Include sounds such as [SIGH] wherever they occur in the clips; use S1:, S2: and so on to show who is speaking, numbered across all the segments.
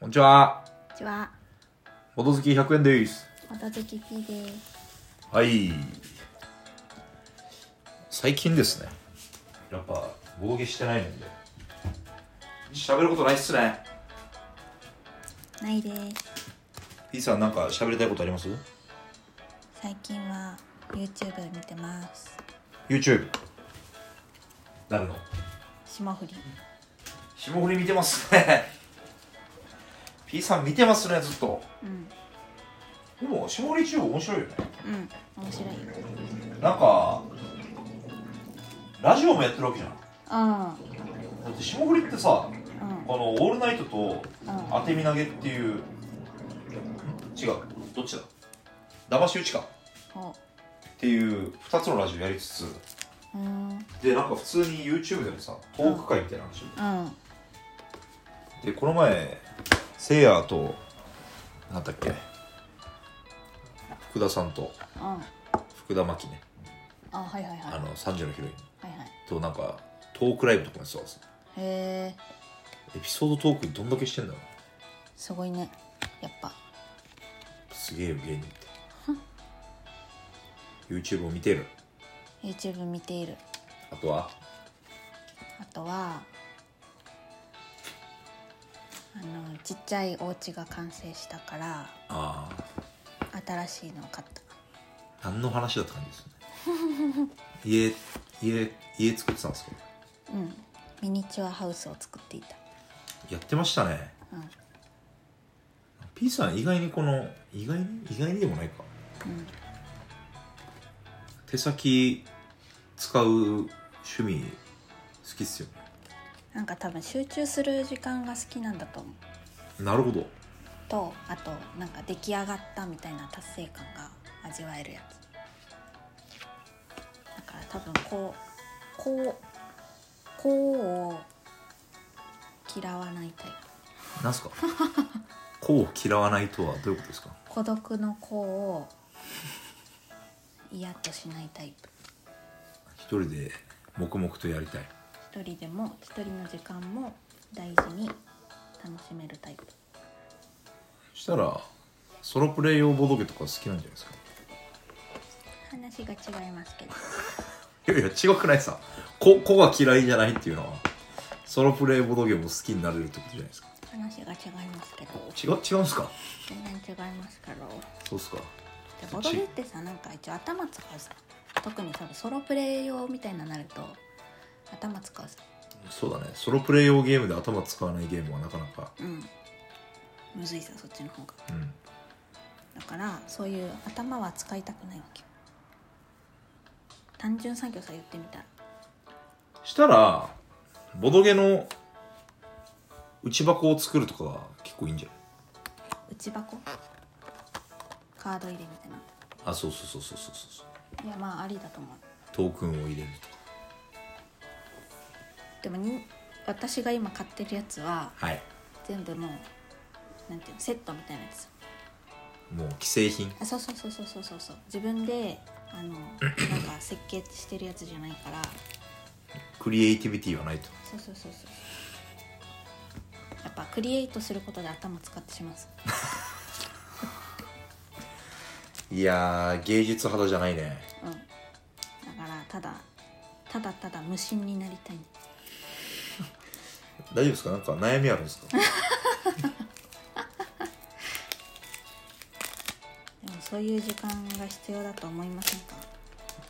S1: こんにちは。
S2: こんにちは、
S1: 元月100円です。
S2: 元月 P です。
S1: はい。最近ですね。やっぱ、防御してないんで。喋ることないっすね。
S2: ないです。
S1: P さん、なんか喋りたいことあります
S2: 最近は YouTube 見てます。
S1: ?YouTube。誰の
S2: 霜降り。
S1: 霜降り見てますね。P さん見てますね、ずっと。
S2: うん。
S1: でも、霜降り YouTube 面白いよね。
S2: うん。面白い。
S1: なんか、ラジオもやってるわけじゃん。
S2: うん。
S1: だって霜降りってさ、
S2: うん。
S1: この「オールナイト」と
S2: ん
S1: 「当て身投げ」っていう、ん違うどっちだ騙し討ちかっ
S2: ほ
S1: ていう2つのラジオやりつつ
S2: う。うん。うん。
S1: でなんか普通に YouTube でもさトーク会みたいな話、
S2: あ
S1: でこの前せいやとなんだっけ福田さんと福田真希ね
S2: あ、はいはいはい。
S1: あ
S2: は
S1: の3時のヒロイン
S2: いはい。
S1: となんかトークライブとかもやってたんです
S2: へえ、
S1: エピソードトークどんだけしてんだろ
S2: すごいね。やっぱ。
S1: うすげえよ芸人って
S2: [LAUGHS]
S1: YouTube を見てる
S2: YouTube 見ている。
S1: あとは
S2: あとは、あの、ちっちゃいお家が完成したから、
S1: ああ
S2: 新しいのを買った。
S1: 何の話だった感じですね [LAUGHS] 家家家作ってたんですか
S2: うん。ミニチュアハウスを作っていた。
S1: やってましたね
S2: うん。
S1: P さん意外にこの意外に意外にでもないか、手先使う趣味好きっすよね
S2: なんか多分集中する時間が好きなんだと思う
S1: なるほど
S2: とあとなんか出来上がったみたいな達成感が味わえるやつだから多分こうこうこうを嫌わないタイ
S1: なん
S2: [LAUGHS]
S1: すかこう嫌わないとはどういうことですか
S2: プ孤独のこうを嫌としないタイプ
S1: 一人で黙々とやりたい
S2: 一人でも一人の時間も大事に楽しめるタイプ
S1: そしたらソロプレイ用ボドゲとか好きなんじゃないですか
S2: 話が違いますけど
S1: いやいや違くないさこ子が嫌いじゃないっていうのはソロプレイボードゲームを好きになれるってことじゃないですか
S2: 話が違いますけど
S1: 違う違うんすか
S2: 全然違いますけど
S1: そうっすか
S2: でボドゲってさなんか一応頭使うさ特に多分ソロプレイ用みたいなのになると頭使うさ
S1: そうだねソロプレイ用ゲームで頭使わないゲームはなかなか
S2: うんむずいさそっちの方が
S1: うん
S2: だからそういう頭は使いたくないわけよ単純作業さ言ってみたら
S1: したらボドゲの内箱を作るとかは結構いいんじゃない
S2: 内箱カード入れみたいな
S1: あそうそうそうそうそうそう
S2: いやまあありだと思う
S1: トークンを入れるとか
S2: でもに私が今買ってるやつは
S1: はい
S2: 全部もうなんていうのセットみたいなやつさ
S1: もう既製品
S2: あそうそうそうそうそうそうそう自分であのなんか設計してるやつじゃないから
S1: クリエイティビティはないと
S2: そうそうそうそうやっぱクリエイトすることで頭使ってしまうさ
S1: いやー芸術肌じゃないね
S2: うんだからただただただ無心になりたい
S1: 大丈夫ですかなんか悩みあるん [LAUGHS] ですか
S2: でもそういう時間が必要だと思いませんか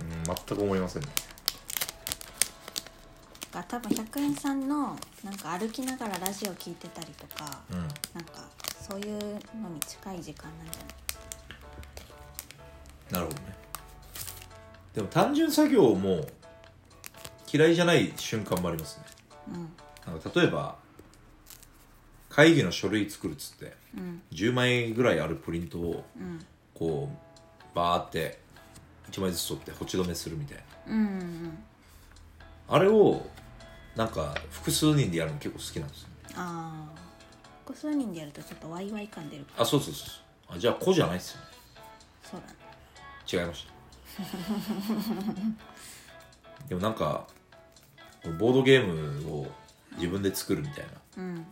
S1: うん全く思いませんね
S2: だから多分100円さんのなんか歩きながらラジオ聞いてたりとか、
S1: うん
S2: なんかそういうのに近い時間なんじゃな
S1: な
S2: い
S1: るほどねでも単純作業も嫌いじゃない瞬間もありますねなんか例えば会議の書類作るっつって
S2: うん
S1: 10枚ぐらいあるプリントを
S2: うん
S1: こうバーって1枚ずつ取ってほち止めするみたいな
S2: うんうんうん
S1: あれをなんか複数人でやるの結構好きなんですよ
S2: ああ複数人でやるとちょっとワイワイ感出るか
S1: あそうそうそうそうあじゃあ子じゃないっすよね
S2: そうだね
S1: 違いました [LAUGHS] でもなんかボードゲームを自分で作るみたいな
S2: うん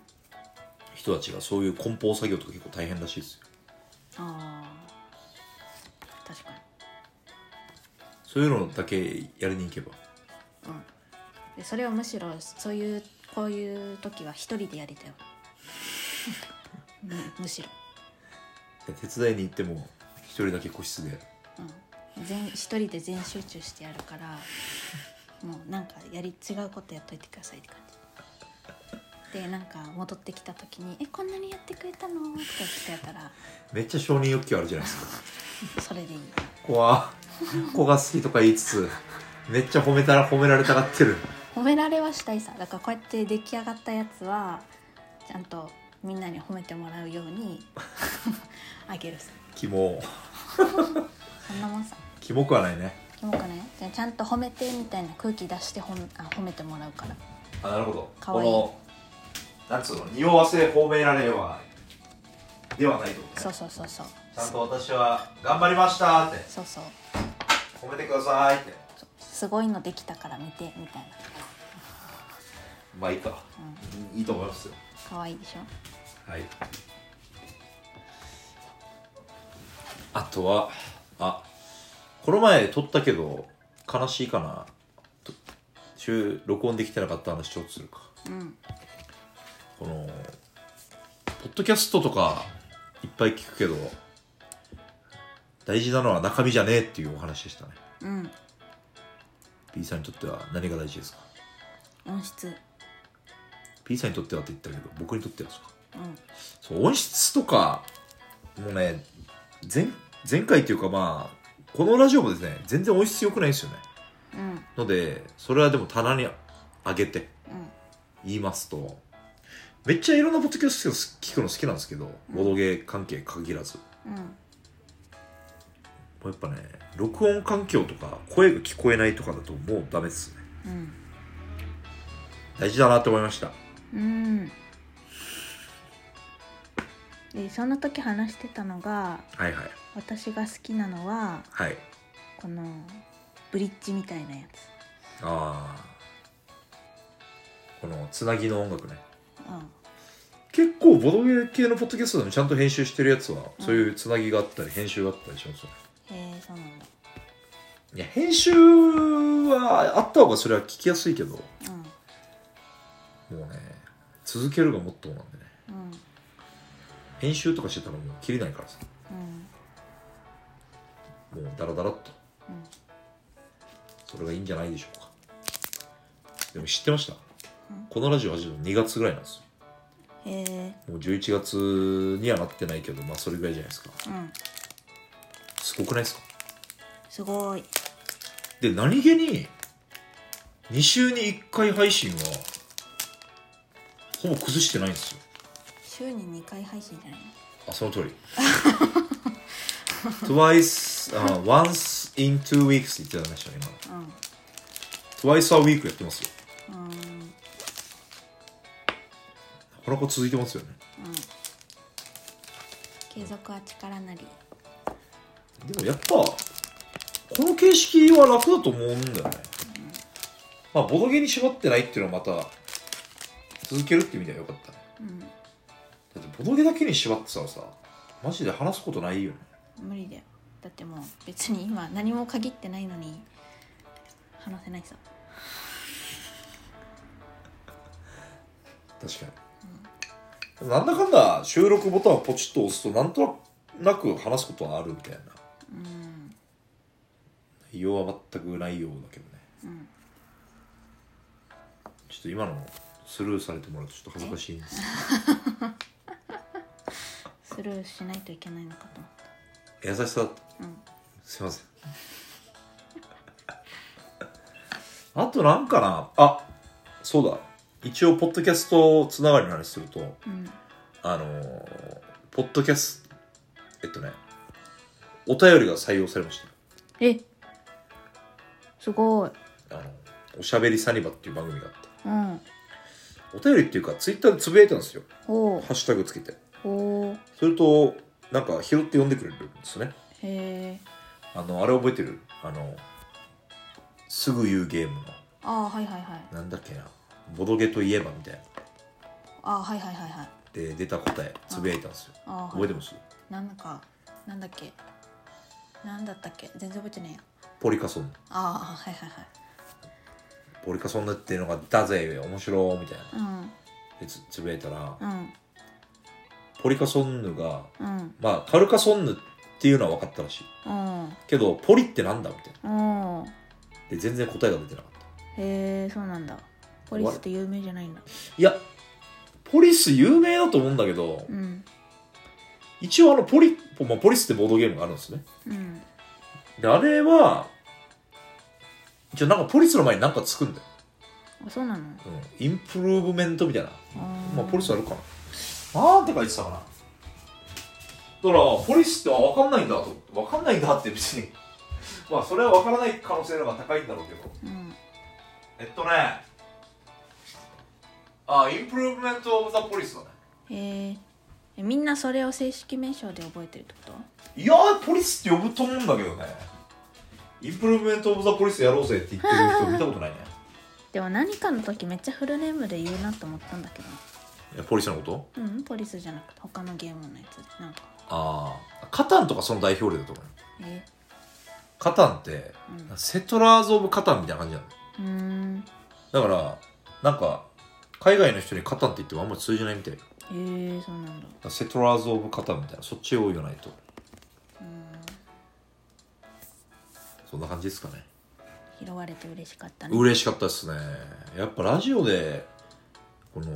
S1: 一人たちがそういう梱包作業とか結構大変らしいですよ
S2: ああ確か
S1: そういうのだけやりに行けば
S2: にうんでそれをむしろそういうこういう時は一人でやりたいわ [LAUGHS] むむしろ、
S1: いや手伝いに行っても一人だけ個室で
S2: うん、全一人で全集中してやるからもうなんかやり違うことやっといてくださいって感じでなんか戻ってきた時に「えこんなにやってくれたの?」とか言ってやったら
S1: めっちゃ承認欲求あるじゃないですか
S2: それでいい
S1: 子は子が好きとか言いつつめっちゃ褒めたら褒められたがってる
S2: 褒められはしたいさだからこうやって出来上がったやつはちゃんとみんなに褒めてもらうように [LAUGHS] あげるさ
S1: キモ
S2: そんなもんさ
S1: キモくはないね
S2: キモくないじゃあちゃんと褒めてみたいな空気出して褒めあ褒めてもらうから
S1: あなるほど
S2: かわいい
S1: このなんつうの匂わせ褒められはではないってこと
S2: そう
S1: ね
S2: そうそうそう
S1: ちゃんと私は頑張りましたって
S2: そうそう
S1: 褒めてくださいって
S2: そうすごいのできたから見てみたいな
S1: まあいいか、いいと思いますよ
S2: 可愛いでしょ
S1: はいあとはあこの前撮ったけど悲しいかなと収録音できてなかった話ちょっとするか
S2: うん
S1: このポッドキャストとかいっぱい聞くけど大事なのは中身じゃねえっていうお話でしたね
S2: うん
S1: P さんにとっては何が大事ですか
S2: 音質
S1: P さんにとってはって言ったけど僕にとってはですか
S2: うん
S1: そう音質とかもうね前前回っていうかまあこのラジオもですね全然音質良くないんですよね
S2: う
S1: の
S2: ん
S1: でそれはでも棚に上げて
S2: うん
S1: 言いますとめっちゃいろんなポッドキャスト聞くの好きなんですけどボドゲ関係限らず
S2: うん
S1: もうやっぱね録音環境とか声が聞こえないとかだともうダメですね
S2: うん
S1: 大事だなって思いました
S2: うんでその時話してたのが
S1: はいはい
S2: 私が好きなのは
S1: はい
S2: このブリッジみたいなやつ、
S1: ああこのつなぎの音楽ね
S2: う
S1: 結構ボドゲ系のポッドキャストでもちゃんと編集してるやつは、そういうつなぎがあったり編集があったりしますよね
S2: ん、へえそうなんだ
S1: いや編集はあった方がそれは聞きやすいけどもうね続けるがモットーなんでね
S2: うんうん
S1: 編集とかしてたらもう切れないからさ
S2: うん
S1: もうダラダラっと
S2: うん
S1: それがいいんじゃないでしょうかでも知ってましたこのラジオ始めたの2月ぐらいなんです
S2: へえ
S1: よもう11月にはなってないけどまあそれぐらいじゃないですか
S2: うん
S1: すごくないですか
S2: すごい
S1: で何気に2週に1回配信はほぼ崩してないんですよ
S2: 週に2回配信じゃない
S1: あその通り Twice、あ once in two weeks って言ってましたね今
S2: の
S1: Twice a week やってますよ
S2: うんうん
S1: なかなか続いてますよね
S2: 継続は力なり
S1: でもやっぱこの形式は楽だと思うんだよねまあボドゲに縛ってないっていうのはまた続けるって意味では良かったね
S2: うん
S1: だってボドゲだけに縛ってたらさマジで話すことないよね
S2: 無理だよだってもう別に今何も限ってないのに話せないさ
S1: 確かに、なんだかんだ収録ボタンをポチッと押すとなんとなく話すことはあるみたいな
S2: うん
S1: 内容は全くないようだけどね
S2: うん
S1: ちょっと今のスルーされてもらうとちょっと恥ずかしいんです
S2: スルーしないといけないのかと思っ
S1: 優しさだった
S2: たうん
S1: すいません [LAUGHS] あとなんかなあそうだ一応ポッドキャストつながりの話すると
S2: うん
S1: あのーポッドキャストえっとねお便りが採用されました
S2: えすごい
S1: あの、おしゃべりサニバっていう番組があっ
S2: うん
S1: た。お便りっていうか、ツイッターでつぶやいたんですよ。
S2: お
S1: ハ
S2: う
S1: ッシュタグつけて。
S2: おう
S1: それと、なんか拾って読んでくれるんですね。
S2: へえ
S1: あの、あれ覚えてるあの、すぐ言うゲームの、
S2: ああはいはいはい
S1: なんだっけな、ボドゲといえばみたいな。
S2: ああはいはいはいはい
S1: で出た答えつぶやいたんですよ
S2: あー
S1: 覚えてます
S2: なんかなんだっけなんだったっけ全然覚えてないや
S1: ポリカソン
S2: ああはいはいはい
S1: ポリカソンヌっていうのが出たぜ面白いみたいな
S2: うん
S1: でつつぶやいたら
S2: うん
S1: ポリカソンヌが
S2: うん
S1: まあカルカソンヌっていうのは分かったらしい
S2: うん
S1: けどポリってなんだみたいな
S2: うん
S1: で全然答えが出てなかった
S2: へえそうなんだポリスって有名じゃないんだ
S1: いやポリス有名だと思うんだけど
S2: うん
S1: 一応あのポリ、まあ、ポリスってボードゲームがあるんですね
S2: うん
S1: であれはじゃなんかポリスの前になんかつくんだよ、
S2: あそうなの
S1: うん、インプルーブメントみたいな
S2: あー
S1: まあポリスあるかななんて書いてたかなだからポリスってあ分かんないんだと思って分かんないんだって別に [LAUGHS] まあそれは分からない可能性の方が高いんだろうけど
S2: うん
S1: えっとねあインプルーブメント・オブ・ザ・ポリスだね
S2: へーえみんなそれを正式名称で覚えてるってこと
S1: いやーポリスって呼ぶと思うんだけどねインプルーブメント・オブ・ザ・ポリスやろうぜって言ってる [LAUGHS] 人見たことないね
S2: でも何かの時めっちゃフルネームで言うなと思ったんだけど
S1: いやポリスのこと
S2: うんポリスじゃなくて他のゲームのやつでなんか
S1: ああカタンとかその代表例だと思う
S2: え
S1: カタンって
S2: うん
S1: セトラーズ・オブ・カタンみたいな感じなの
S2: うーん
S1: だからなんか海外の人にカタンって言ってもあんまり通じないみたいだか
S2: へえそうなんだ
S1: らセトラーズ・オブ・カタンみたいなそっちを言わないと
S2: うん
S1: そんな感じですかね
S2: 拾われて嬉しかったね
S1: 嬉しかったですねやっぱラジオでこの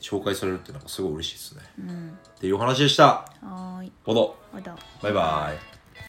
S1: 紹介されるってなんかすごい嬉しいですね
S2: うん
S1: っていうお話でした
S2: はーい
S1: ほど
S2: ほど
S1: バイバイ